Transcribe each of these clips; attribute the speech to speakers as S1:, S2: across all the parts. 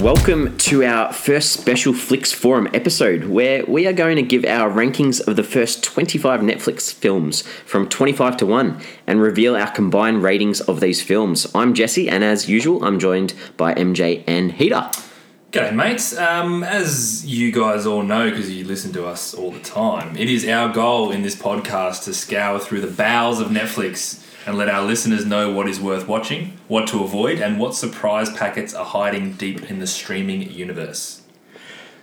S1: Welcome to our first special Flix Forum episode, where we are going to give our rankings of the first 25 Netflix films from 25 to 1 and reveal our combined ratings of these films. I'm Jesse, and as usual, I'm joined by MJ and Hita.
S2: G'day, mates. Um, as you guys all know, because you listen to us all the time, it is our goal in this podcast to scour through the bowels of Netflix and let our listeners know what is worth watching, what to avoid, and what surprise packets are hiding deep in the streaming universe.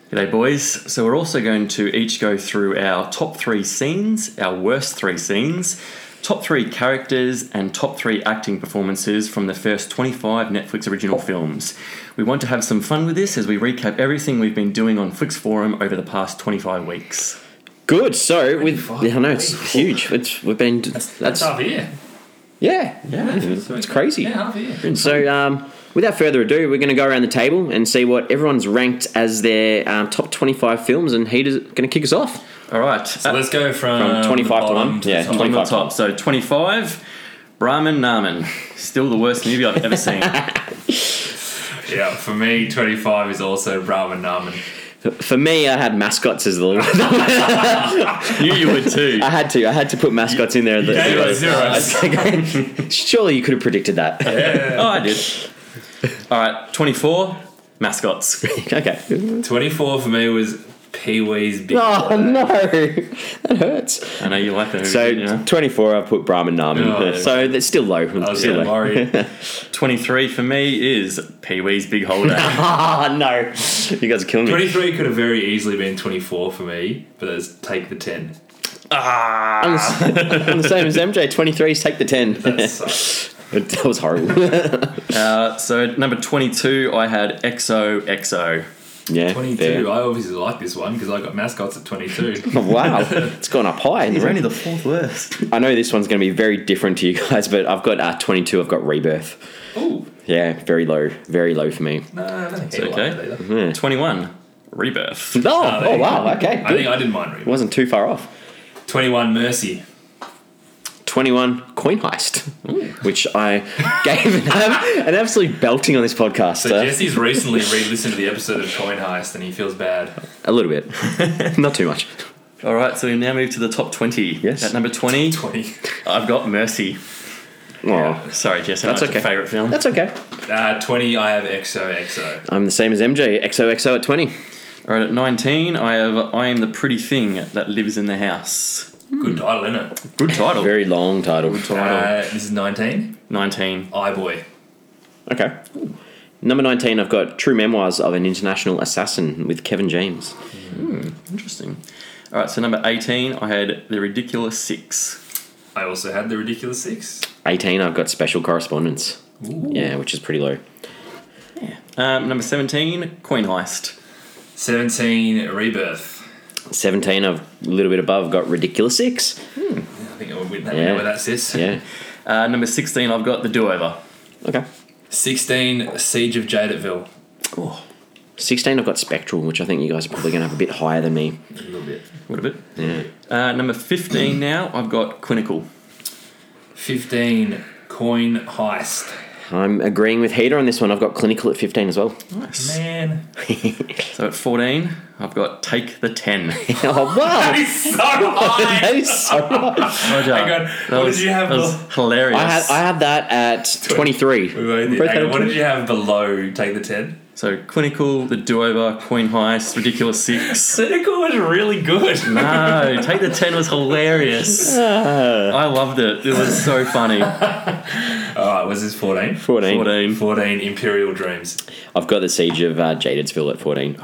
S3: G'day, boys. So, we're also going to each go through our top three scenes, our worst three scenes, top three characters, and top three acting performances from the first 25 Netflix original films. We want to have some fun with this as we recap everything we've been doing on Flix Forum over the past 25 weeks.
S1: Good. So, with
S2: 25
S1: yeah, I know it's
S2: weeks.
S1: huge. It's we've been that's,
S2: That's half a year.
S1: yeah
S3: Yeah.
S1: it's crazy.
S2: Yeah, half a year.
S1: So, um, without further ado, we're going to go around the table and see what everyone's ranked as their um, top 25 films, and Heater's going to kick us off.
S3: All right.
S2: So
S3: at
S2: let's go from,
S1: Uh, From 25
S2: the
S1: to
S2: bottom
S1: one?
S2: the
S1: Yeah,
S2: top.
S1: 25.
S3: on the top. So, 25, Brahman Naman. Still the worst movie I've ever seen. Oh,
S2: Yeah, for me, 25 is also Ramen Naman.
S1: For me, I had mascots as the
S3: Knew you would too.
S1: I had to. I had to put mascots in there. at the-
S2: Yeah, it was zeros.
S1: Surely you could have predicted that.
S3: Oh, I did. All right, 24, mascots.
S1: okay.
S2: 24 for me was Pee Wee's Big
S1: Oh no, that hurts.
S3: I know you like that.
S1: So
S3: you know.
S1: 24, I put Brahman Naman.
S2: Oh.
S1: so that's still low.
S2: I was
S1: still
S2: getting
S1: low.
S2: worried.
S3: 23 for me is Pee Wee's Big Holiday.
S1: Ah no, you guys are killing me.
S2: 23 could have very easily been 24 for me, but let's take the 10.
S1: I'm, the, s- I'm the same as MJ. 23s take the 10.
S2: That sucks.
S1: that was horrible.
S3: uh, so at number 22, I had XOXO.
S1: yeah.
S2: 22.
S1: fair.
S2: I obviously like this one because I got mascots at 22.
S1: Wow, it's gone up high. In the rank.
S3: the fourth worst.
S1: I know this one's going to be very different to you guys, but I've got uh, 22. I've got Rebirth.
S2: Ooh.
S1: Yeah, very low, very low for me.
S2: No, I don't think it's
S3: okay.
S2: okay.
S1: Mm-hmm.
S2: either.
S3: 21, Rebirth.
S1: No,
S2: Oh, there
S1: oh
S2: you
S1: wow,
S2: go.
S1: okay,
S2: I
S1: good.
S2: think I didn't mind reading.
S1: wasn't too far off.
S2: 21 Mercy.
S1: 21 Coin Heist, which I gave an, ab- an absolute belting on this podcast.
S2: So
S1: uh,
S2: Jesse's recently re listened to the episode of Coin Heist and he feels bad.
S1: a little bit, not too much.
S3: All right, so we now move to the top 20.
S1: Yes.
S3: At number 20,
S2: 20.
S3: I've got Mercy.
S1: Oh,
S3: Sorry, Jess,
S1: That's
S3: that's
S1: okay.
S3: your favourite film.
S1: that's okay.
S2: Uh, 20, I have XOXO.
S1: I'm the same as MJ. XOXO at 20.
S3: All right, at 19, I have I Am the Pretty Thing That Lives in the House.
S2: Good title, innit? it?
S3: Good title.
S1: Very long title.
S2: Uh, this is 19.
S3: 19.
S2: I Boy.
S1: Uh, Okay. Number 19, I've got True Memoirs of an International Assassin with Kevin James.
S2: Hmm.
S3: Interesting. All right, so number 18, I had The Ridiculous Six.
S2: I also had The Ridiculous Six.
S1: 18, I've got Special Correspondence.
S2: Ooh.
S1: Yeah, which is pretty low.
S3: Um, number 17, Coin Heist.
S2: 17 Rebirth.
S1: 17, I've a little bit above, got Ridiculous 6.
S2: I think I would win that
S1: Yeah.
S2: yeah. where that sits.
S1: Yeah.
S3: Uh, number 16, I've got The Do Over.
S1: Okay.
S2: 16 Siege of Jadeville.
S1: 16, I've got Spectral, which I think you guys are probably going to have a bit higher than me.
S2: A little bit.
S3: What a bit. Yeah. Uh, number 15 now, I've got Clinical.
S2: 15 Coin Heist.
S1: I'm agreeing with Heater on this one. I've got Clinical at 15 as well.
S3: Nice.
S2: Man.
S3: So at 14, I've got Take the 10.
S1: oh, wow.
S2: He's so high.
S1: That is so much.
S3: Hang
S2: on, what did you have
S3: That was hilarious.
S1: I had, I had that at 23.
S2: We both did.
S1: Both
S2: Hang
S1: had
S2: on, what
S1: it.
S2: did you have below Take the 10?
S3: so Clinical, The Do Over, Coin Heist, Ridiculous Six.
S2: Cynical was really good.
S3: No, Take the 10 was hilarious.
S1: Ah.
S3: I loved it. It was so funny.
S2: Alright, was this 14?
S1: 14.
S3: 14.
S2: 14 Imperial Dreams.
S1: I've got the Siege of uh, Jaded'sville at 14.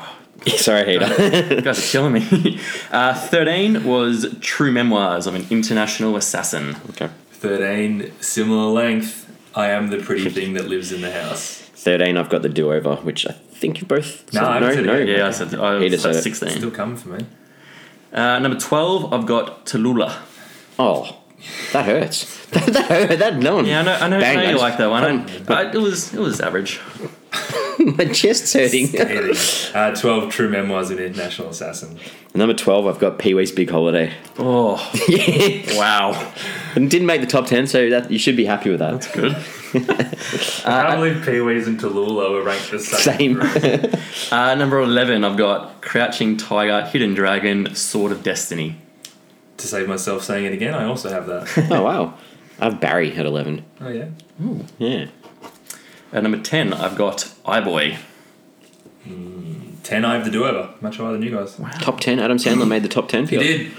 S1: Sorry, Heater.
S3: You guys are killing me. Uh, 13 was True Memoirs of an International Assassin.
S1: okay.
S2: 13 Similar Length. I am the pretty thing that lives in the house.
S1: 13, I've got the do over, which I think you both.
S2: No, I haven't said it yet.
S3: Yeah, I said, I
S1: He just
S3: said
S1: said it.
S3: 16.
S2: Still coming for me.
S3: Uh, number 12, I've got Tallulah.
S1: Oh, that hurts. that, that, hurt. that no one.
S3: Yeah, I know, I know, I
S1: Bang,
S3: know you
S1: mate.
S3: like that one. I, I, it, was, it was average.
S1: My chest's hurting.
S2: uh, 12 True Memoirs of an International Assassin.
S1: Number 12, I've got Pee Wee's Big Holiday.
S3: Oh,
S1: and
S3: wow.
S1: didn't make the top 10, so that you should be happy with that.
S3: Good.
S2: I can't believe Pee Wee's and Tallulah were ranked the same.
S1: Uh, Same.
S3: Uh, number 11, I've got Crouching Tiger, Hidden Dragon, Sword of Destiny.
S2: to save myself saying it again, I also have that.
S1: oh wow, I have Barry at eleven.
S2: Oh yeah.
S1: Yeah.
S3: At number 10, I've got iBoy.
S2: Ten, I have the do-over. Much higher than you guys.
S1: Top ten. Adam Sandler made the top ten.
S2: You did.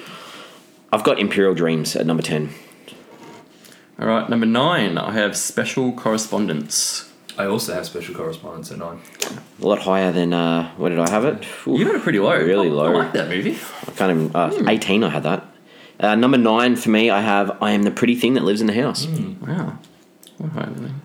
S1: I've got Imperial Dreams at number ten.
S3: All right, number 9, I have Special Correspondence.
S2: I also have special correspondence at nine.
S1: A lot higher than uh, where did I have it? Ooh,
S3: You got it Hmm. pretty low.
S1: Really
S3: I-
S1: low.
S3: I like that movie.
S1: I can't even. Uh, Eighteen. I had that. Uh, number nine for me. I have I am the pretty thing that lives in the house.
S3: Hmm. Wow. All right, then.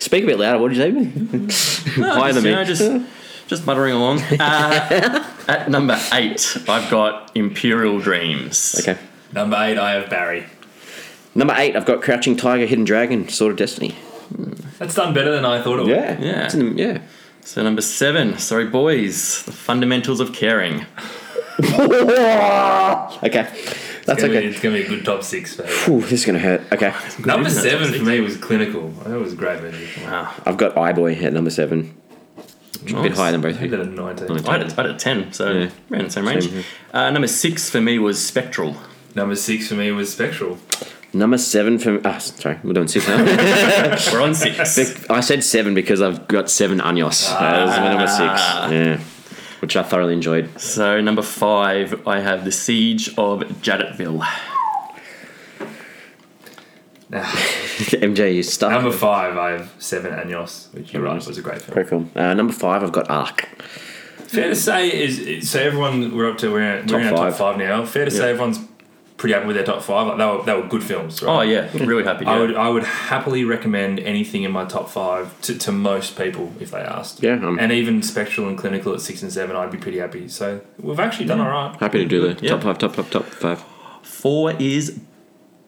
S1: Speak a bit louder. What did you say?
S3: No,
S1: Higher than
S3: just,
S1: me.
S3: you know, just, just muttering along. Uh, at number 8, I've got Imperial Dreams.
S1: okay.
S2: Number eight, I have Barry.
S1: Number eight. I've got Crouching Tiger, Hidden Dragon, Sword of Destiny.
S2: That's done better than I thought it would.
S1: Yeah.
S3: Yeah.
S1: It's in the- yeah.
S3: So number 7, Sorry Boys, The Fundamentals of Caring.
S1: okay. That's
S2: It's gonna, be,
S1: okay.
S2: it's gonna be a good top six. mate.
S1: Ooh, this is gonna hurt. Okay.
S2: Number
S3: Isn't it?
S2: seven for me was clinical. That was a great movie.
S3: Wow.
S1: I've got iBoy at number seven. A bit
S3: Nice.
S1: higher than both
S2: I
S1: of you.
S2: did it at nineteen.
S3: I had, it, I had it 10, so
S1: Yeah.
S3: around the same range.
S1: Same here.
S3: Uh, number 6 for me was Spectral.
S2: Number six for me was Spectral.
S1: Number seven for ah, sorry, we're doing six now.
S3: We're on 6.
S1: I said seven because I've got seven años. that was my number six. Yeah, which I thoroughly enjoyed.
S3: so number 5, I have The Siege of Jaddotville.
S2: Nah.
S1: MJ, you stuck.
S2: Number five, I have Seven Años, which you're right was a great film.
S1: Very cool. Uh, number five, I've got Arc.
S2: Fair to say is is- so everyone we're up to we're, in- we're in our
S1: Top
S2: top five now. Fair to say everyone's pretty happy with their top five. Like they were they were good films. Right?
S3: Oh, yeah, really happy.
S2: I
S3: yeah.
S2: would I would happily recommend anything in my top five to, to most people if they asked.
S1: Yeah, I'm-
S2: and even spectral and clinical at six and seven, I'd be pretty happy. So we've actually done all right.
S1: Happy to do the
S3: Yeah.
S1: top five, top top top five.
S3: 4 is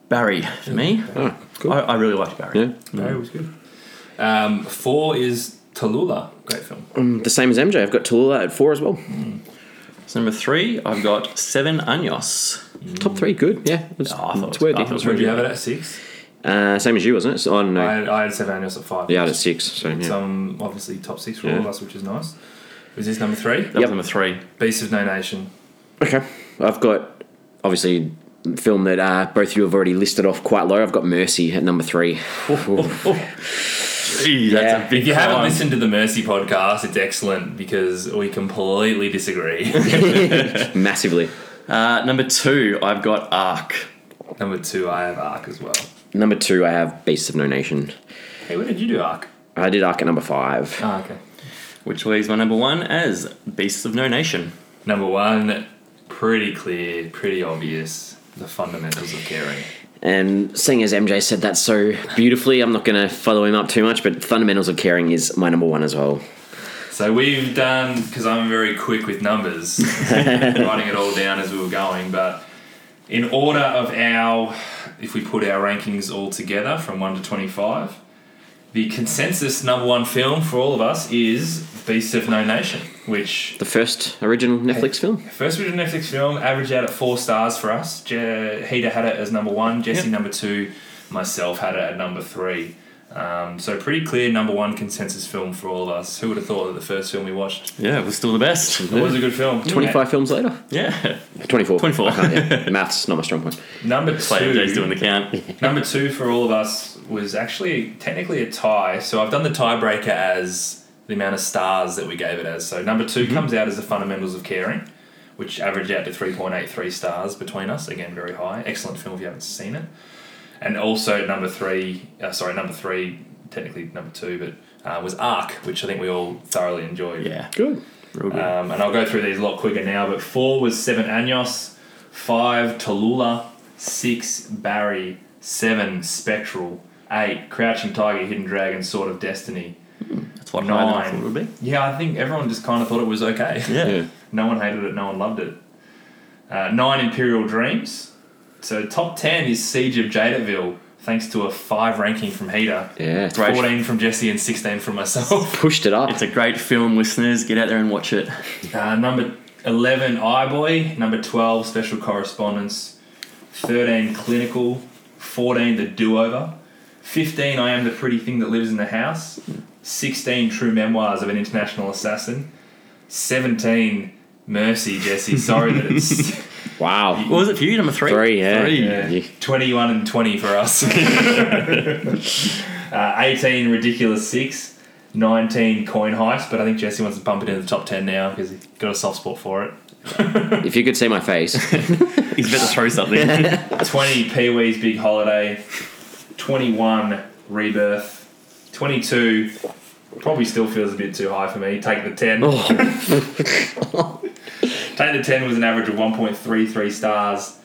S3: Barry for me.
S1: Oh, cool.
S3: I, I really liked Barry.
S1: Yeah,
S2: No, it was good. Um, four is Tallulah, great film.
S1: Mm, the same as MJ. I've got Tallulah at four as well.
S3: So number 3, I've got Seven Años.
S1: Top three, good. Yeah, it was,
S3: Oh, I thought it was-
S1: it's worthy.
S3: I thought it was
S2: Would you have it at six?
S1: Uh, same as you, wasn't it? It's on.
S2: I
S1: Uh,
S2: had, I had seven Años at five.
S1: yeah, I had it at six. So yeah.
S2: Some obviously top six for all of
S1: Yeah.
S2: us, which is nice. Is this number three?
S3: That
S1: Yep.
S3: was number 3.
S2: Beast of No Nation.
S1: Okay. I've got obviously a film that uh, both of you have already listed off quite low. I've got Mercy at number three.
S3: Gee, that's
S1: Yeah.
S3: a big
S2: If you haven't
S3: climb.
S2: listened to the Mercy podcast, it's excellent because we completely disagree.
S1: Massively.
S3: Uh, number 2, I've got Arc.
S2: Number two, I have Arc as well.
S1: Number two, I have Beasts of No Nation.
S2: Hey, where did you do Arc?
S1: I did Arc at number five.
S2: Oh, okay.
S3: Which leaves my number one as Beasts of No Nation.
S2: Number one, pretty clear, pretty obvious. The fundamentals of caring.
S1: And seeing as MJ said that so beautifully, I'm not going to follow him up too much, but Fundamentals of Caring is my number one as well.
S2: So we've done because I'm very quick with numbers, writing it all down as we were going. But in order of our, if we put our rankings all together from one to twenty-five, the consensus number one film for all of us is Beasts of No Nation, which
S1: The first original Netflix film.
S2: First original Netflix film averaged out at four stars for us. Je- Heda had it as number one, Jesse
S3: Yep.
S2: number two, myself had it at number three. Um, so pretty clear number one consensus film for all of us. Who would have thought that the first film we watched
S3: Yeah, it was still the best.
S2: it was a good film?
S1: 25 films later.
S3: Yeah.
S1: 24.
S3: 24.
S1: I can't, yeah. Maths, not my strong point.
S2: Number
S3: Play MJ's
S2: two.
S3: doing the count.
S2: Number two for all of us was actually technically a tie. So I've done the tiebreaker as the amount of stars that we gave it as. So number 2 comes out as the fundamentals of caring, which averaged out to 3.83 stars between us. Again, very high. Excellent film if you haven't seen it. And also number three, uh, sorry, number three, technically number two, but uh, was Arc, which I think we all thoroughly enjoyed.
S3: Yeah.
S1: Good.
S3: Real good.
S2: Um, and I'll go through these a lot quicker now. But four was Seven Años, five Tallulah, six Barry, seven Spectral, eight Crouching Tiger, Hidden Dragon, Sword of Destiny.
S3: That's what nine. I
S2: nine.
S3: thought it would be.
S2: Yeah, I think everyone just kind of thought it was okay.
S3: Yeah.
S1: Yeah.
S2: no one hated it. No one loved it. Uh, nine Imperial Dreams. So top ten is Siege of Jadaville, thanks to a five ranking from Heater.
S1: Yeah.
S3: right.
S2: Fourteen from Jesse and sixteen from myself.
S1: Pushed it up.
S3: It's a great film, listeners. Get out there and watch it.
S2: Uh, number 11, iBoy. Number 12, Special Correspondence. 13, Clinical. 14, The Do Over. 15, I am the pretty thing that lives in the house. 16, True Memoirs of an International Assassin. 17, Mercy, Jesse. Sorry that it's
S1: Wow.
S3: What was it for you? Number three.
S1: Three, yeah.
S3: Three.
S2: yeah, 21 and 20 for us. uh, 18, Ridiculous Six. 19, Coin Heist. But I think Jesse wants to bump it into the top 10 now because he's got a soft spot for it.
S1: If you could see my face.
S3: He's about to throw something.
S2: 20 Pee Wee's Big Holiday, 21 Rebirth, 22 probably still feels a bit too high for me. Take the 10. Take the 10 was an average of 1.33 stars,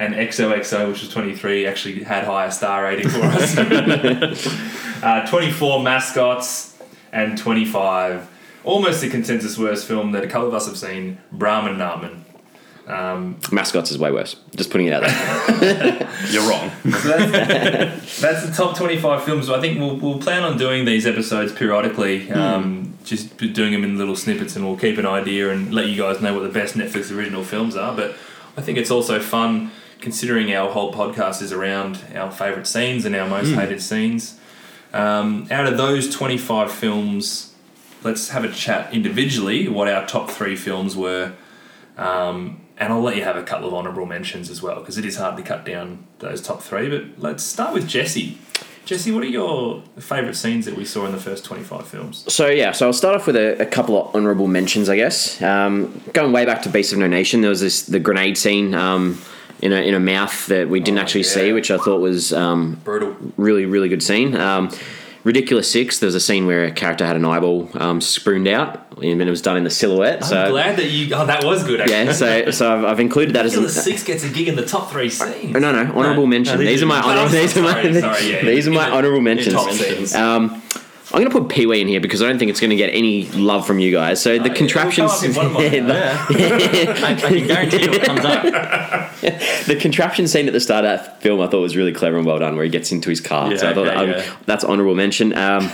S2: and XOXO, which was 23, actually had higher star rating for us. uh, 24 Mascots, and 25. Almost the consensus worst film that a couple of us have seen, Brahman Narman. Um,
S1: Mascots is way worse. Just putting it out there.
S3: You're wrong.
S2: So that's, that's the top 25 films. I think we'll, we'll plan on doing these episodes periodically, um, just be doing them in little snippets, and we'll keep an idea and let you guys know what the best Netflix original films are. But I think it's also fun considering our whole podcast is around our favourite scenes and our most hated scenes. Um, out of those 25 films, let's have a chat individually what our top three films were. Um, and I'll let you have a couple of honourable mentions as well because it is hard to cut down those top three. But let's start with Jesse. Jesse, what are your favourite scenes that we saw in the first 25 films?
S1: So yeah, so I'll start off with a, a couple of honourable mentions, I guess. Um, going way back to Beast of No Nation, there was this the grenade scene um, in a in a mouth that we didn't
S2: Oh,
S1: actually
S2: yeah.
S1: see, which I thought was um,
S2: Brutal.
S1: really really good scene. Um, Ridiculous Six. There was a scene where a character had an eyeball um, spooned out, and it was done in the silhouette. So
S2: I'm glad that you. Oh, that was good, actually.
S1: yeah, so so I've, I've included that as
S2: Killer
S1: an,
S2: Six gets a gig in the top three scenes.
S1: no no honorable
S3: No,
S1: mention.
S3: no,
S1: these,
S3: these
S1: are my
S2: are-
S1: honor,
S2: Oh,
S1: these are my
S2: sorry, sorry, yeah,
S1: these are
S2: in
S1: my
S2: the-
S1: honorable mentions.
S2: top scenes.
S1: Um, I'm gonna put Pee Wee in here because I don't think it's gonna get any love from you guys. So the
S2: it-
S1: contraptions,
S2: it'll come up in one of mine.
S1: the-
S3: Yeah. I, I can guarantee you it comes up.
S1: the contraption scene at the start of that film I thought was really clever and well done, where he gets into his car.
S3: Yeah,
S1: so I thought
S3: okay,
S1: um,
S3: yeah.
S1: that's honorable mention. Um,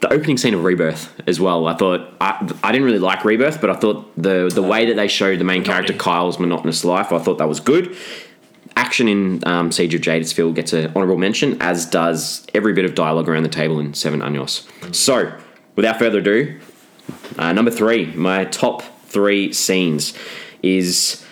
S1: the opening scene of Rebirth as well. I thought I, I didn't really like Rebirth, but I thought the the way that they showed the main character Kyle's monotonous life, I thought that was good. Action in um, Siege of Jadesville gets an honorable mention, as does every bit of dialogue around the table in Seven Años. So, without further ado, uh, number three, my top three scenes is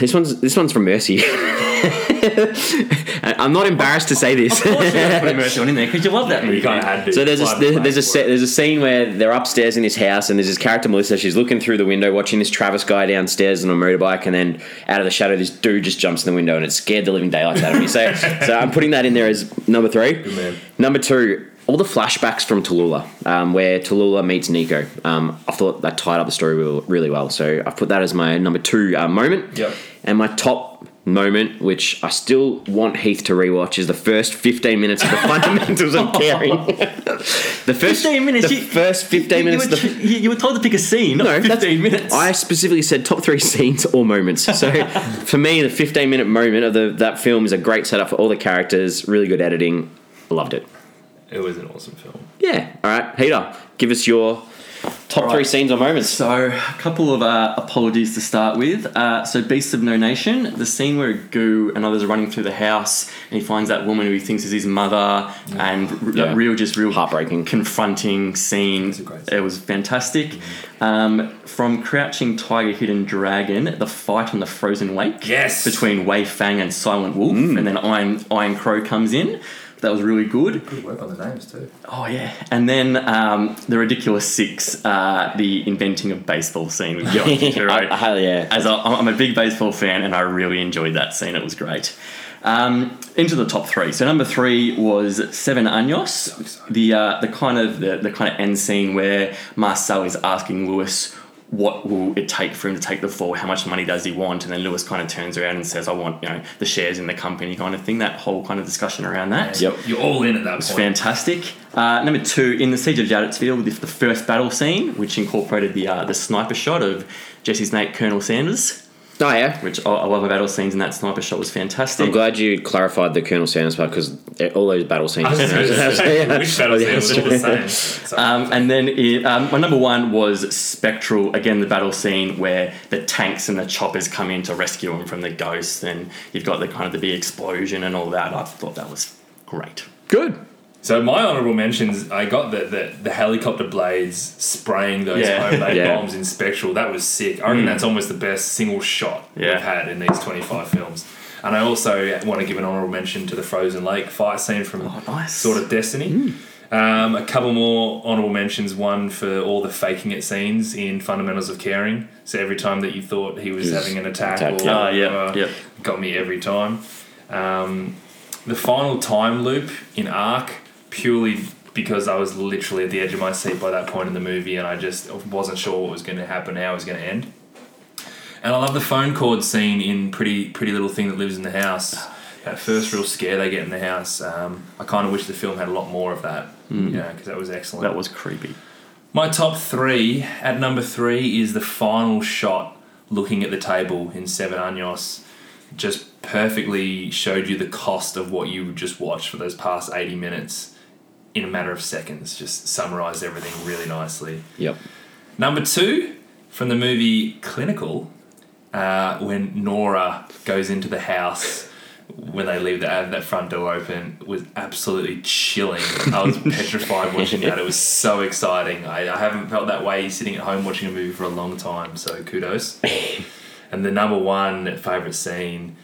S1: this one's this one's from Mercy. And I'm not embarrassed to say this.
S3: Of course you're going to put Mercy on in there because you love that movie.
S2: You kind of had to.
S1: So there's a
S2: Why-
S1: there,
S2: why
S1: there's a
S2: for
S1: se-
S2: it?
S1: there's a scene where they're upstairs in this house, and there's this character Melissa. She's looking through the window, watching this Travis guy downstairs on a motorbike, and then out of the shadow, this dude just jumps in the window, and it scared the living daylights out of me. So, so I'm putting that in there as number three.
S2: man.
S1: Number two, all the flashbacks from Tallulah, um, where Tallulah meets Nico. Um, I thought that tied up the story real, really well. So I've put that as my number two uh, moment.
S2: Yep.
S1: And my top moment, which I still want Heath to rewatch, is the first 15 minutes of the fundamentals of caring. the first
S3: 15 minutes,
S1: The
S3: you-
S1: first 15
S3: You,
S1: minutes.
S3: were,
S1: of the
S3: tr- you you were told to pick a scene, not
S1: no, that's-
S3: 15 minutes.
S1: I specifically said top three scenes or moments. So for me, the 15 minute moment of the, that film is a great setup for all the characters. Really good editing. Loved it.
S2: It was an awesome film.
S1: Yeah. All right, Peter, give us your top
S3: All
S1: three
S3: right.
S1: scenes or moments.
S3: So, a couple of uh, apologies to start with. Uh, so, Beasts of No Nation, the scene where Goo and others are running through the house and he finds that woman who he thinks is his mother, and r-
S1: Yeah.
S3: that real, just real
S1: Heartbreaking.
S3: confronting scene.
S2: a great scene.
S3: It was fantastic. Um, from Crouching Tiger, Hidden Dragon, the fight on the frozen lake.
S2: Yes. Mm.
S3: Between Wei Fang and Silent Wolf, and then Iron, Iron Crow comes in. That was really good.
S2: Good work on the names, too.
S3: Oh yeah, and then um, the ridiculous six, uh, the inventing of baseball scene with Yoichi Hiro.
S1: Uh, hell yeah.
S3: As a, I'm a big baseball fan, and I really enjoyed that scene. It was great. Um, into the top three. So number three was Seven Años, the uh, the kind of the, the kind of end scene where Marcel is asking Lewis what will it take for him to take the fall, how much money does he want, and then Lewis kind of turns around and says, "I want you know the shares in the company," kind of thing. That whole kind of discussion around that.
S1: Yep.
S2: You're all in at that
S3: It's
S2: point.
S3: fantastic. Uh, number two, in the Siege of Jadotsville, with the first battle scene, which incorporated the uh, the sniper shot of Jesse's mate Colonel Sanders,
S1: Oh yeah.
S3: which I, I love the battle scenes, and that sniper shot was fantastic.
S1: I'm glad you clarified the Colonel Sanders part because all those battle scenes.
S2: Which battle scene was all the same. So-
S3: Um, and then it, um, my number one was Spectral. Again, the battle scene where the tanks and the choppers come in to rescue him from the ghost, and you've got the kind of the big explosion and all that. I thought that was great.
S1: Good.
S2: So my honourable mentions, I got the, the, the helicopter blades spraying those
S3: Yeah. Hmm.
S2: homemade
S1: Yeah.
S2: bombs in Spectral. That was sick. I reckon that's almost the best single shot
S3: Yeah.
S2: we've had in these 25 films. And I also want to give an honourable mention to the Frozen Lake fight scene from
S3: Oh, nice. Hmm.
S2: sort of Destiny. Um, a couple more honourable mentions. One for all the faking it scenes in Fundamentals of Caring. So every time that you thought he was
S1: He's
S2: having an attack,
S1: attacked,
S2: or
S1: yeah.
S3: Ah, yeah,
S2: whatever,
S3: yeah.
S2: got me every time. Um, the final time loop in Arc purely because I was literally at the edge of my seat by that point in the movie, and I just wasn't sure what was going to happen, how it was going to end. And I love the phone cord scene in Pretty Pretty Little Thing That Lives in the House. That first real scare they get in the house. Um, I kind of wish the film had a lot more of that, you know, because that was excellent.
S3: That was creepy.
S2: My top three at number three is the final shot looking at the table in Seven Años. Just perfectly showed you the cost of what you just watched for those past 80 minutes in a matter of seconds. Just summarized everything really nicely.
S1: Yep.
S2: Number two from the movie Clinical, uh, when Nora goes into the house when they leave the, uh, that front door open was absolutely chilling. I was petrified watching that. It was so exciting. I, I haven't felt that way sitting at home watching a movie for a long time. So kudos. and the number one favorite scene.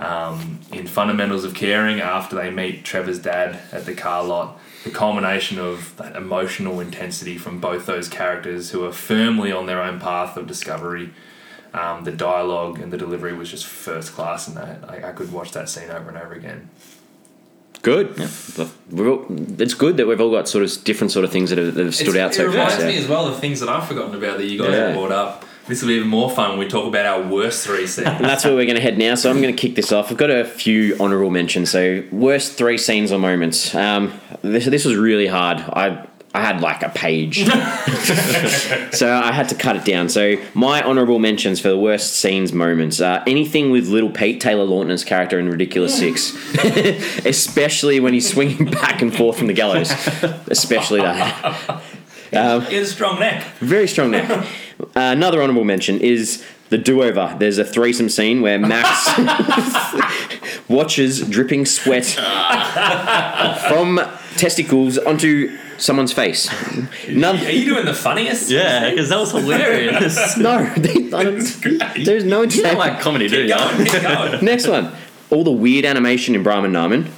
S2: Um, in Fundamentals of Caring, after they meet Trevor's dad at the car lot, the culmination of that emotional intensity from both those characters who are firmly on their own path of discovery. Um, the dialogue and the delivery was just first class in that. I, I could watch that scene over and over again.
S1: Good. We're all, it's good that we've all got sort of different sort of things that have, that have stood out
S2: it
S1: so
S2: reminds
S1: far.
S2: me as well of things that I've forgotten about that you guys
S1: Yeah.
S2: brought up. This will be even more fun when we talk about our worst three scenes.
S1: And that's where we're going to head now. So I'm going to kick this off. I've got a few honourable mentions. So worst three scenes or moments. Um, this this was really hard. I I had like a page, so I had to cut it down. So my honourable mentions for the worst scenes moments. Uh, anything with little Pete Taylor Lautner's character in Ridiculous Six, especially when he's swinging back and forth from the gallows. Especially that.
S2: He has a strong neck.
S1: Very strong neck. Uh, another honourable mention is the do-over. There's a threesome scene where Max watches dripping sweat from testicles onto someone's face.
S2: Are
S1: None.
S2: you doing the funniest?
S3: Yeah, because that was hilarious.
S1: No, they- I don't- there's no
S3: you don't
S1: entertainment.
S3: like comedy, do you?
S2: Go, keep going.
S1: Next one. All the weird animation in Brahman Naman.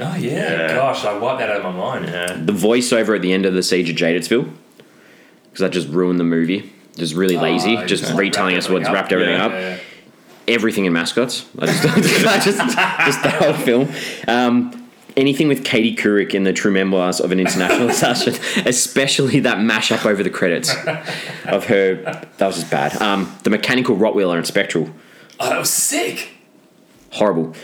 S2: Oh yeah.
S3: Yeah.
S2: gosh, I wiped that out of my mind.
S3: Yeah.
S1: The voiceover at the end of the Siege of Jadetsville. Because that just ruined the movie. Just really lazy.
S3: Oh,
S2: Ah,
S1: just
S2: like
S1: retelling
S2: wrapped
S1: us what's wrapped everything
S3: Yeah.
S1: up. everything in mascots. I just, I just, just the whole film. Um, anything with Katie Couric in the True Memoirs of an International Disaster, especially that mashup over the credits of her. That was just bad. Um, the mechanical Rottweiler and Spectral.
S2: Oh, that was sick.
S1: Horrible.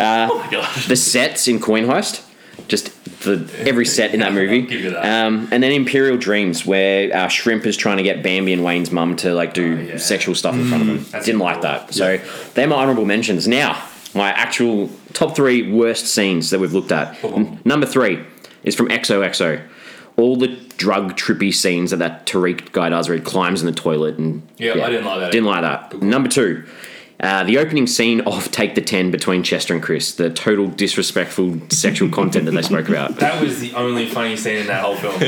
S1: Ah.
S3: Oh my gosh.
S1: The sets in Coin Heist. Just the every set in that movie.
S2: give you that.
S1: Um, and then Imperial Dreams, where uh, Shrimp is trying to get Bambi and Wayne's mum to like do
S2: Oh, yeah. Mm.
S1: sexual stuff in front of them.
S2: that's
S1: Didn't like
S2: cool.
S1: that. So they're my honourable mentions. Now, my actual top three worst scenes that we've looked at. N- number three is from XOXO. All the drug trippy scenes that that Tariq guy does, where he climbs in the toilet and
S2: Yeah, I didn't like that
S1: Didn't like that. Number two. Uh, the opening scene of Take the Ten between Chester and Chris, the total disrespectful sexual content that they spoke about.
S2: That was the only funny scene in that whole film.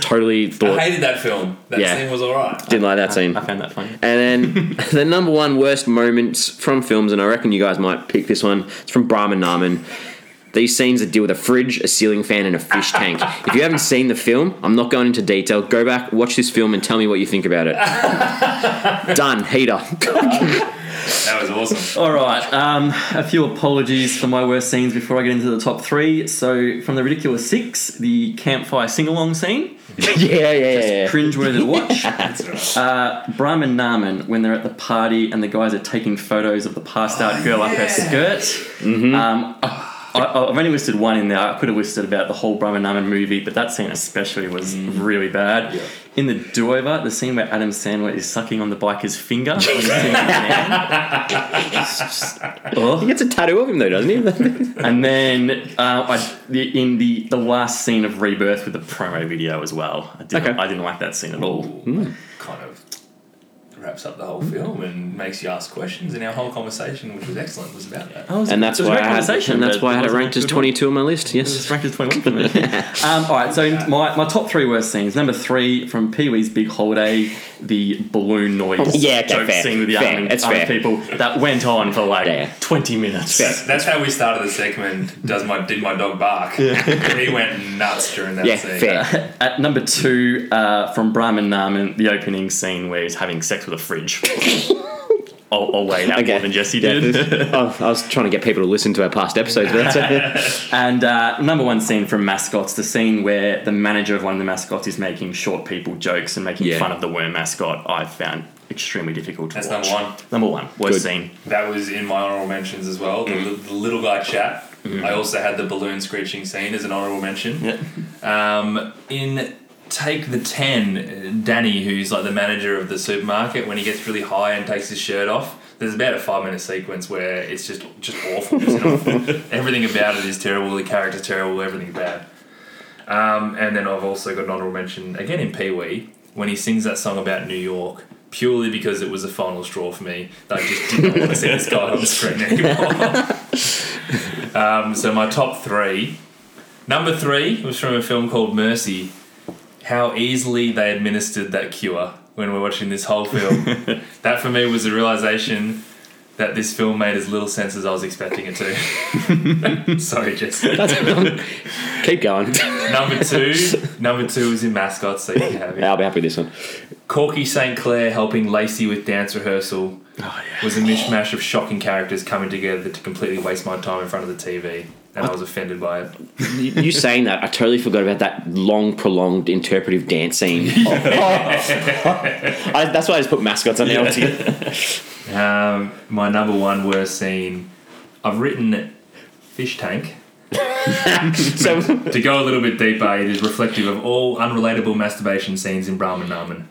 S1: Totally
S2: I
S1: thought,
S2: hated that film. That
S1: Yeah.
S2: scene was alright.
S1: didn't like that scene.
S3: I found that funny.
S1: And then the number one worst moments from films, and I reckon you guys might pick this one. It's from Brahman Naman. These scenes that deal with a fridge, a ceiling fan, and a fish tank. If you haven't seen the film, I'm not going into detail. Go back, watch this film, and tell me what you think about it. Done. Heater.
S2: That was awesome.
S3: All right. Um, a few apologies for my worst scenes before I get into the top three. So, from the ridiculous six, the campfire sing along scene,
S1: yeah, yeah, yeah. yeah.
S3: cringe worthy to watch.
S2: That's alright.
S3: Uh, Brahman Naman when they're at the party and the guys are taking photos of the passed out girl
S2: Oh,
S3: up her skirt. Um, I, I, I've only listed one in there. I could have listed about the whole Brahman Naman movie, but that scene especially was really bad.
S2: Yeah.
S3: In the do over, the scene where Adam Sandler is sucking on the biker's finger. when he's sitting down. It's just- oh.
S1: He gets a tattoo of him, though, doesn't he?
S3: And then uh, I, the, in the, the last scene of Rebirth with the promo video as well. I didn't,
S1: Okay. Hmm.
S3: I didn't like that scene at all.
S2: Kind of wraps up the whole film and makes you ask questions. And our whole conversation, which was excellent, was about that.
S3: I was-
S1: And that's
S3: it was a
S1: why I
S3: great
S1: had,
S3: conversation,
S1: and that's
S3: but
S1: why I had it
S3: wasn't
S1: ranked as
S3: good.
S1: 22 on my list.
S3: It's
S1: Yes.
S3: ranked as 21 for me. um, all right, so my, my top three worst scenes. Number three from Pee Wee's Big Holiday, the balloon noise.
S1: Yeah, okay,
S3: joke
S1: fair,
S3: scene with the
S1: fair,
S3: army,
S1: it's
S3: army
S1: fair.
S3: people that went on for like
S1: Yeah.
S3: 20 minutes.
S1: Fair.
S2: That's how we started the segment. Does my did my dog bark? he went nuts during that
S1: Yeah,
S2: scene.
S1: fair.
S3: At number two, uh, from Brahman Naman, the opening scene where he's having sex with a fridge. I'll, I'll wait out more than Jesse
S1: Yeah,
S3: did.
S1: this- oh, I was trying to get people to listen to our past episodes, but that's it.
S3: And uh, number one scene from Mascots, the scene where the manager of one of the mascots is making short people jokes and making
S1: Yeah.
S3: fun of the worm mascot, I found extremely difficult to
S2: That's
S3: watch.
S2: number one.
S3: Number one, worst
S1: Good.
S3: scene.
S2: That was in my honorable mentions as well. The, li- the little guy chat. I also had the balloon screeching scene as an honorable mention. Um, in Take the 10, Danny, who's like the manager of the supermarket, when he gets really high and takes his shirt off, there's about a five minute sequence where it's just just awful. Just awful. everything about it is terrible, the character's terrible, everything's bad. Um, and then I've also got an honorable mention, again in Pee Wee, when he sings that song about New York. Purely because it was the final straw for me. I just didn't want to see this guy on the screen anymore. um, so my top three Number three was from a film called Mercy. How easily they administered that cure when we're watching this whole film. that for me was a realization that this film made as little sense as I was expecting it to. Sorry, Jess.
S1: Keep going.
S2: Number two, number two was in mascots, so you can have it.
S1: I'll be happy with this one.
S2: Corky St. Clair helping Lacey with dance rehearsal was a mishmash of shocking characters coming together to completely waste my time in front of the TV, and I was offended by it.
S1: You, you saying that, I totally forgot about that long, prolonged interpretive dance scene. I, that's why I just put mascots on there.
S2: Um, my number one worst scene. I've written fish tank.
S1: So,
S2: To go a little bit deeper, it is reflective of all unrelatable masturbation scenes in Brahman Naman.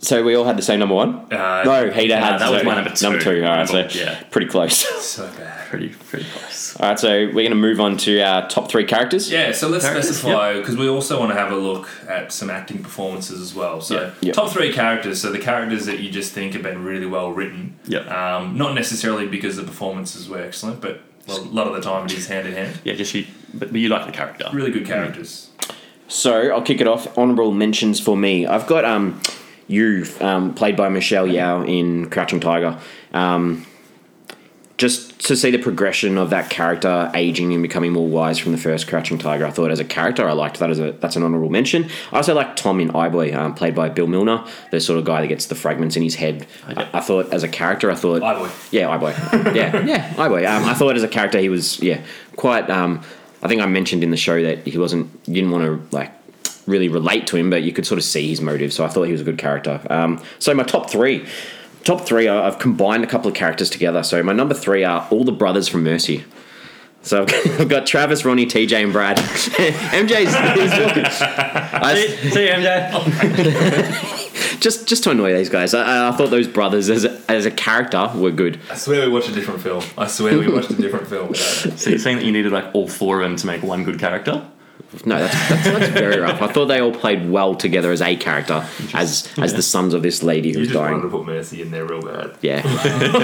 S1: so we all had the same number one?
S2: Uh,
S1: No, he had
S3: that was
S1: so-
S3: my number two.
S1: Number two, all right, so
S3: Number- yeah.
S1: pretty close.
S2: So bad.
S3: Pretty, pretty close.
S1: All right, so we're going to move on to our top three characters.
S2: Yeah, so let's
S3: Characters,
S2: specify because we also want to have a look at some acting performances as well. So
S3: Yeah,
S1: yeah.
S2: top three characters. So the characters that you just think have been really well written.
S3: Yeah.
S2: Um, not necessarily because the performances were excellent, but a lot of the time it is hand in hand.
S3: Yeah, just you, but you like the character.
S2: Really good characters.
S1: So I'll kick it off. Honorable mentions for me. I've got um, you um, played by Michelle Yao in Crouching Tiger. Um, just to see the progression of that character aging and becoming more wise from the first Crouching Tiger, I thought as a character I liked that as a that's an honorable mention. I also like Tom in iBoy, um, played by Bill Milner, the sort of guy that gets the fragments in his head. I, I thought as a character, I thought
S2: Eyeboy.
S1: yeah, iBoy. Yeah, yeah, iBoy. Um, I thought as a character he was yeah quite. Um, I think I mentioned in the show that he wasn't. You didn't want to like really relate to him, but you could sort of see his motive. So I thought he was a good character. Um, so my top three. Top three, I- I've combined a couple of characters together. So my number three are all the brothers from Mercy. So I've got, I've got Travis, Ronnie, TJ, and Brad. MJ's he's walking. I,
S3: See you, MJ.
S1: just just to annoy these guys, I, I thought those brothers as a, as a character were good.
S2: I swear we watched a different film. I swear we watched a different film. without it.
S3: So you're saying that you needed like all four of them to make one good character?
S1: No, that's, that's, that's very rough. I thought they all played well together as a character, as as the sons of this lady
S2: You
S1: who's
S2: just wanted
S1: dying.
S2: to put Mercy in there real bad.
S1: Yeah.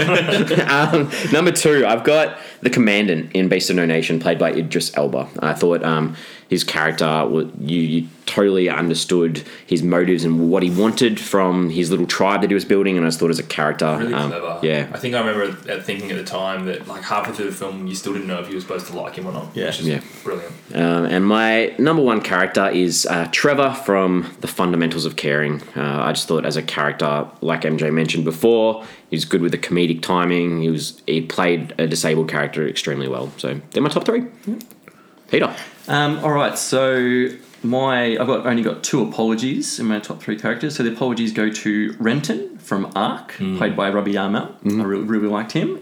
S1: um, number two, I've got the commandant in Beast of No Nation, played by Idris Elba. I thought um, his character, wa- you, you totally understood his motives and what he wanted from his little tribe that he was building, and I just thought as a character,
S2: Really
S1: um,
S2: clever. I
S1: yeah,
S2: think I remember at- thinking at the time that like halfway through the film, you still didn't know if you were supposed to like him or not.
S3: Yeah.
S2: which is
S1: Yeah.
S2: brilliant.
S1: Um, and my number one character is uh, Trevor from The Fundamentals of Caring. Uh, I just thought, as a character, like MJ mentioned before, he was good with the comedic timing. He was he played a disabled character extremely well. So they're my top three. Peter,
S3: Um, all right, so my I've got only got two apologies in my top three characters. So the apologies go to Renton from Ark, played by Robbie Yarmel. I really, really liked him,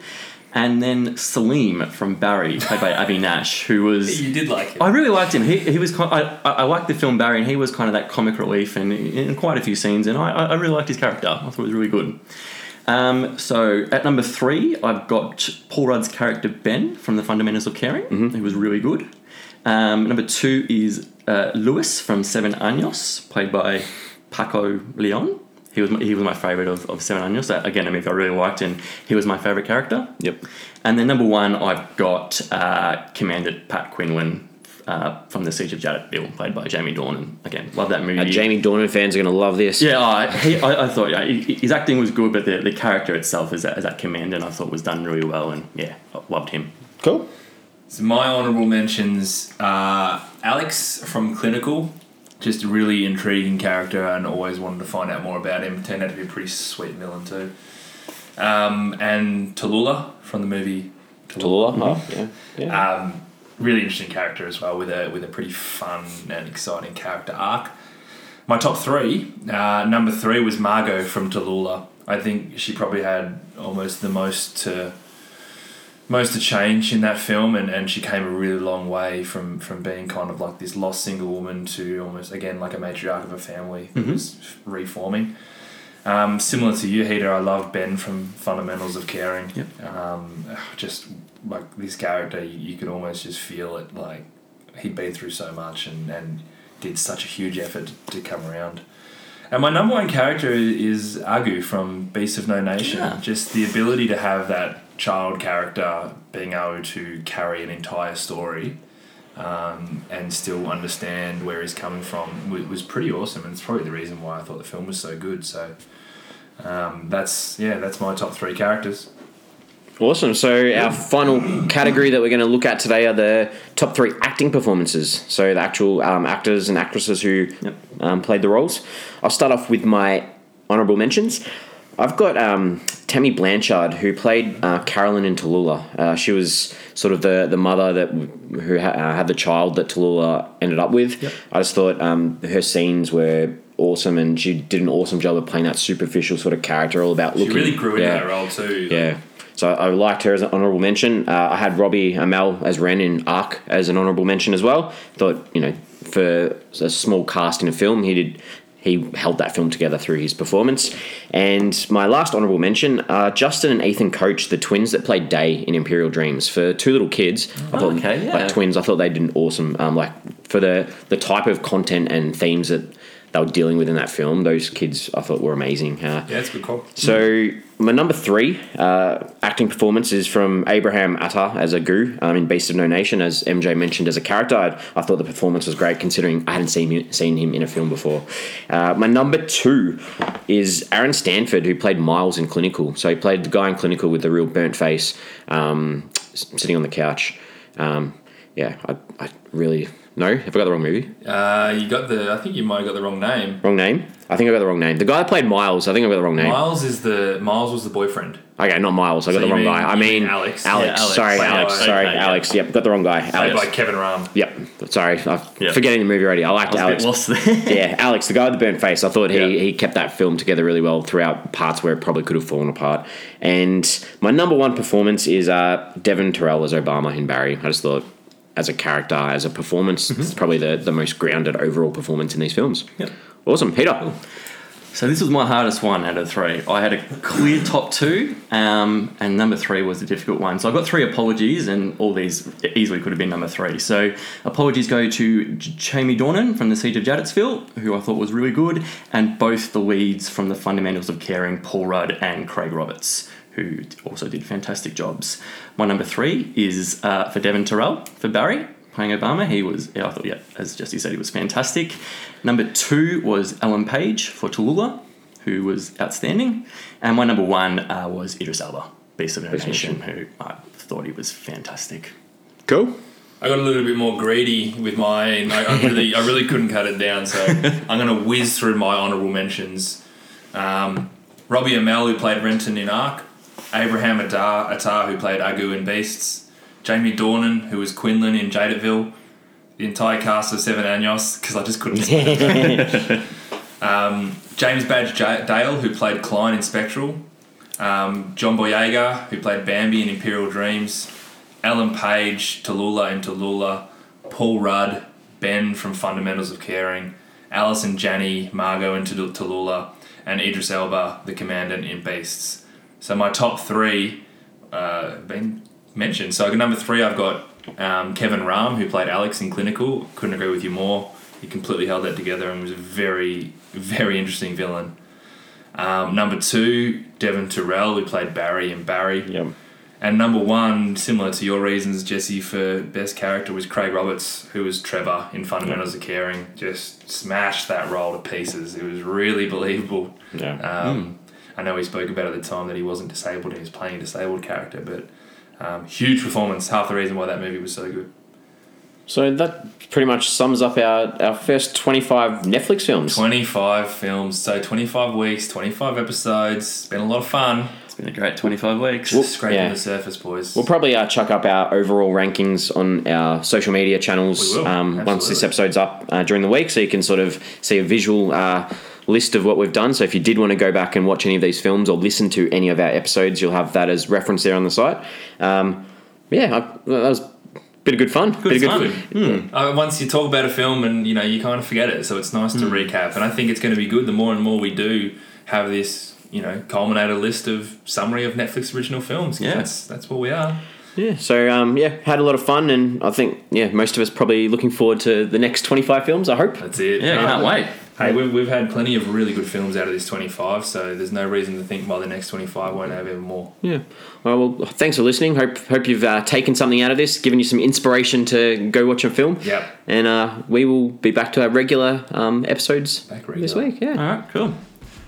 S3: and then Salim from Barry, played by Avi Nash, who was.
S2: You did like him.
S3: I really liked him. He, he was. Kind I, I I liked the film Barry, and he was kind of that comic relief in, in quite a few scenes, and I, I I really liked his character. I thought it was really good. Um, so at number three, I've got Paul Rudd's character Ben from The Fundamentals of Caring, who was really good. Um, number two is uh, Lewis from Seven Años, played by Paco Leon. He was my, he was my favorite of, of Seven Onions. That again, a movie I really liked, and he was my favorite character.
S1: Yep.
S3: And then number one, I've got uh, Commandant Pat Quinlan uh, from The Siege of Jadotville, played by Jamie Dornan. again, love that movie.
S1: Uh, Jamie Dornan fans are going to love this.
S3: Yeah, I, he, I, I thought yeah, he- his acting was good, but the, the character itself as that, as that commandant I thought was done really well, and yeah, I loved him.
S1: Cool.
S2: So my honourable mentions are Alex from Clinical, just a really intriguing character, and always wanted to find out more about him. Turned out to be a pretty sweet villain too. Um, and Tallulah from the movie
S1: Tallulah.
S3: Mm-hmm.
S1: huh? Yeah. yeah.
S2: Um, really interesting character as well, with a with a pretty fun and exciting character arc. My top three, uh, number three was Margot from Tallulah. I think she probably had almost the most to most to change in that film, and, and she came a really long way from from being kind of like this lost single woman to almost again like a matriarch of a family who's reforming. Um, similar to you, Heater, I loved Ben from Fundamentals of Caring.
S3: Yep.
S2: Um, just like this character, you, you could almost just feel it. Like he'd been through so much and, and did such a huge effort to come around. And my number one character is Agu from Beast of No Nation.
S3: Yeah.
S2: Just the ability to have that child character being able to carry an entire story um, and still understand where he's coming from was, was pretty awesome. And it's probably the reason why I thought the film was so good. So um, that's, yeah, that's my top three characters.
S1: Awesome. So our final category that we're going to look at today are the top three acting performances. So the actual um, actors and actresses who
S3: Yep.
S1: um, played the roles. I'll start off with my honourable mentions. I've got um, Tammy Blanchard, who played uh, Carolyn in Tallulah. Uh, she was sort of the, the mother that who ha- uh, had the child that Tallulah ended up with. I just thought um, her scenes were awesome, and she did an awesome job of playing that superficial sort of character, all about
S2: She
S1: looking.
S2: really grew into
S1: yeah.
S2: that role too.
S1: Yeah. So I liked her as an honourable mention. Uh, I had Robbie Amell as Ren in Arc as an honourable mention as well. Thought you know for a small cast in a film, he did he held that film together through his performance. And my last honourable mention are Justin and Ethan Coach, the twins that played Day in Imperial Dreams for two little kids. I thought
S3: Oh, okay, yeah.
S1: like twins. I thought they did an awesome um, like for the the type of content and themes that they were dealing with in that film. Those kids I thought were amazing. Uh,
S2: Yeah, that's a good call.
S1: so my number three uh, acting performance is from Abraham Attar as a goo um, in Beast of No Nation, as MJ mentioned as a character. I, I thought the performance was great considering I hadn't seen him, seen him in a film before. Uh, my number two is Aaron Stanford, who played Miles in Clinical. So he played the guy in Clinical with the real burnt face, um, s- sitting on the couch. Um, yeah, I, I really no. Have I got the wrong movie?
S2: Uh, you got the. I think you might have got the wrong name.
S1: Wrong name? I think I got the wrong name. The guy that played Miles. I think I got the wrong name.
S2: Miles is the Miles was the boyfriend.
S1: Okay, not Miles. I got
S2: So
S1: the
S2: you
S1: wrong
S2: mean-
S1: guy. I
S2: you
S1: mean
S2: mean Alex.
S1: Alex.
S3: Yeah, Alex.
S1: Sorry,
S3: Played
S1: Alex.
S3: by-
S1: Sorry,
S3: okay, yeah.
S1: Alex. Yep, got the wrong guy.
S2: Played
S1: Alex.
S2: by Kevin Rahm.
S1: Yep. Sorry, I'm
S3: Yeah.
S1: forgetting the movie already. I liked
S3: I was a
S1: Alex.
S3: bit lost there.
S1: yeah, Alex, the guy with the burnt face. I thought he,
S3: Yeah.
S1: he kept that film together really well throughout parts where it probably could have fallen apart. And my number one performance is uh, Devon Terrell as Obama in Barry. I just thought, as a character, as a performance, it's probably the, the most grounded overall performance in these films.
S3: Mm-hmm. Yep.
S1: Awesome. Peter.
S3: So this was my hardest one out of three. I had a clear top two, um, and number three was a difficult one. So I got three apologies, and all these easily could have been number three. So apologies go to J- Jamie Dornan from The Siege of Jadotsville, who I thought was really good, and both the leads from The Fundamentals of Caring, Paul Rudd and Craig Roberts, who also did fantastic jobs. My number three is uh, for Devon Terrell for Barry playing Obama. He was, yeah, I thought, yeah, as Jesse said, he was fantastic. Number two was Ellen Page for Tallulah, who was outstanding. And my number one uh, was Idris Elba, Beast of No Nation, who I thought he was fantastic.
S1: Cool.
S2: I got a little bit more greedy with mine. I, I really, I really couldn't cut it down, so I'm going to whiz through my honourable mentions. Um, Robbie Amell, who played Renton in Ark, Abraham Attar, Attar, who played Agu in Beasts, Jamie Dornan, who was Quinlan in Jadaville, the entire cast of Seven Años, because I just couldn't. um, James Badge Ja- Dale, who played Klein in Spectral, um, John Boyega, who played Bambi in Imperial Dreams, Alan Page, Tallulah in Tallulah, Paul Rudd, Ben from Fundamentals of Caring, Alison Janney, Margot in Tal- Tallulah, and Idris Elba, the Commandant in Beasts. So my top three uh, been mentioned. So number three, I've got um, Kevin Rahm, who played Alex in Clinical. Couldn't agree with you more. He completely held that together and was a very, very interesting villain. Um, number two, Devon Terrell, who played Barry in Barry.
S1: Yep.
S2: And number one, similar to your reasons, Jesse, for best character was Craig Roberts, who was Trevor in Fundamentals of Caring. Just smashed that role to pieces. It was really believable.
S1: Yeah. Hmm.
S2: Um, I know we spoke about at the time that he wasn't disabled; he was playing a disabled character, but um, huge performance. Half the reason why that movie was so good.
S1: So that pretty much sums up our, our first 25 Netflix films.
S2: Twenty-five films, so twenty-five weeks, twenty-five episodes. It's been a lot of fun.
S3: It's been a great 25 weeks.
S2: Scraping
S1: yeah.
S2: the surface, boys.
S1: We'll probably uh, chuck up our overall rankings on our social media channels
S2: We will,
S1: um, once this
S2: absolutely.
S1: episode's up uh, during the week, so you can sort of see a visual uh, list of what we've done. So if you did want to go back and watch any of these films or listen to any of our episodes, you'll have that as reference there on the site. Um, yeah, I, well, that was a bit of good fun. bit of
S2: It's
S1: good
S2: fun. Uh, once you talk about a film and you know you kind of forget it, so it's nice to recap. And I think it's going to be good. The more and more we do have this, you know, culminated list of summary of Netflix original films. 'cause
S3: Yeah.
S2: that's that's what we are.
S1: Yeah, so um, yeah, had a lot of fun, and I think yeah, most of us probably looking forward to the next twenty five films. I hope.
S2: That's it.
S3: Yeah,
S2: Um,
S3: can't wait.
S2: Hey, we've, we've had plenty of really good films out of this 25, so there's no reason to think by the next 25 won't have even more.
S1: Yeah. Well, well thanks for listening. Hope hope you've uh, taken something out of this, given you some inspiration to go watch a film.
S2: Yep.
S1: And uh, we will be back to our regular um, episodes
S2: Back
S1: this
S2: regular.
S1: week. Yeah.
S3: All right, cool.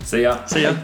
S2: See ya.
S3: See ya.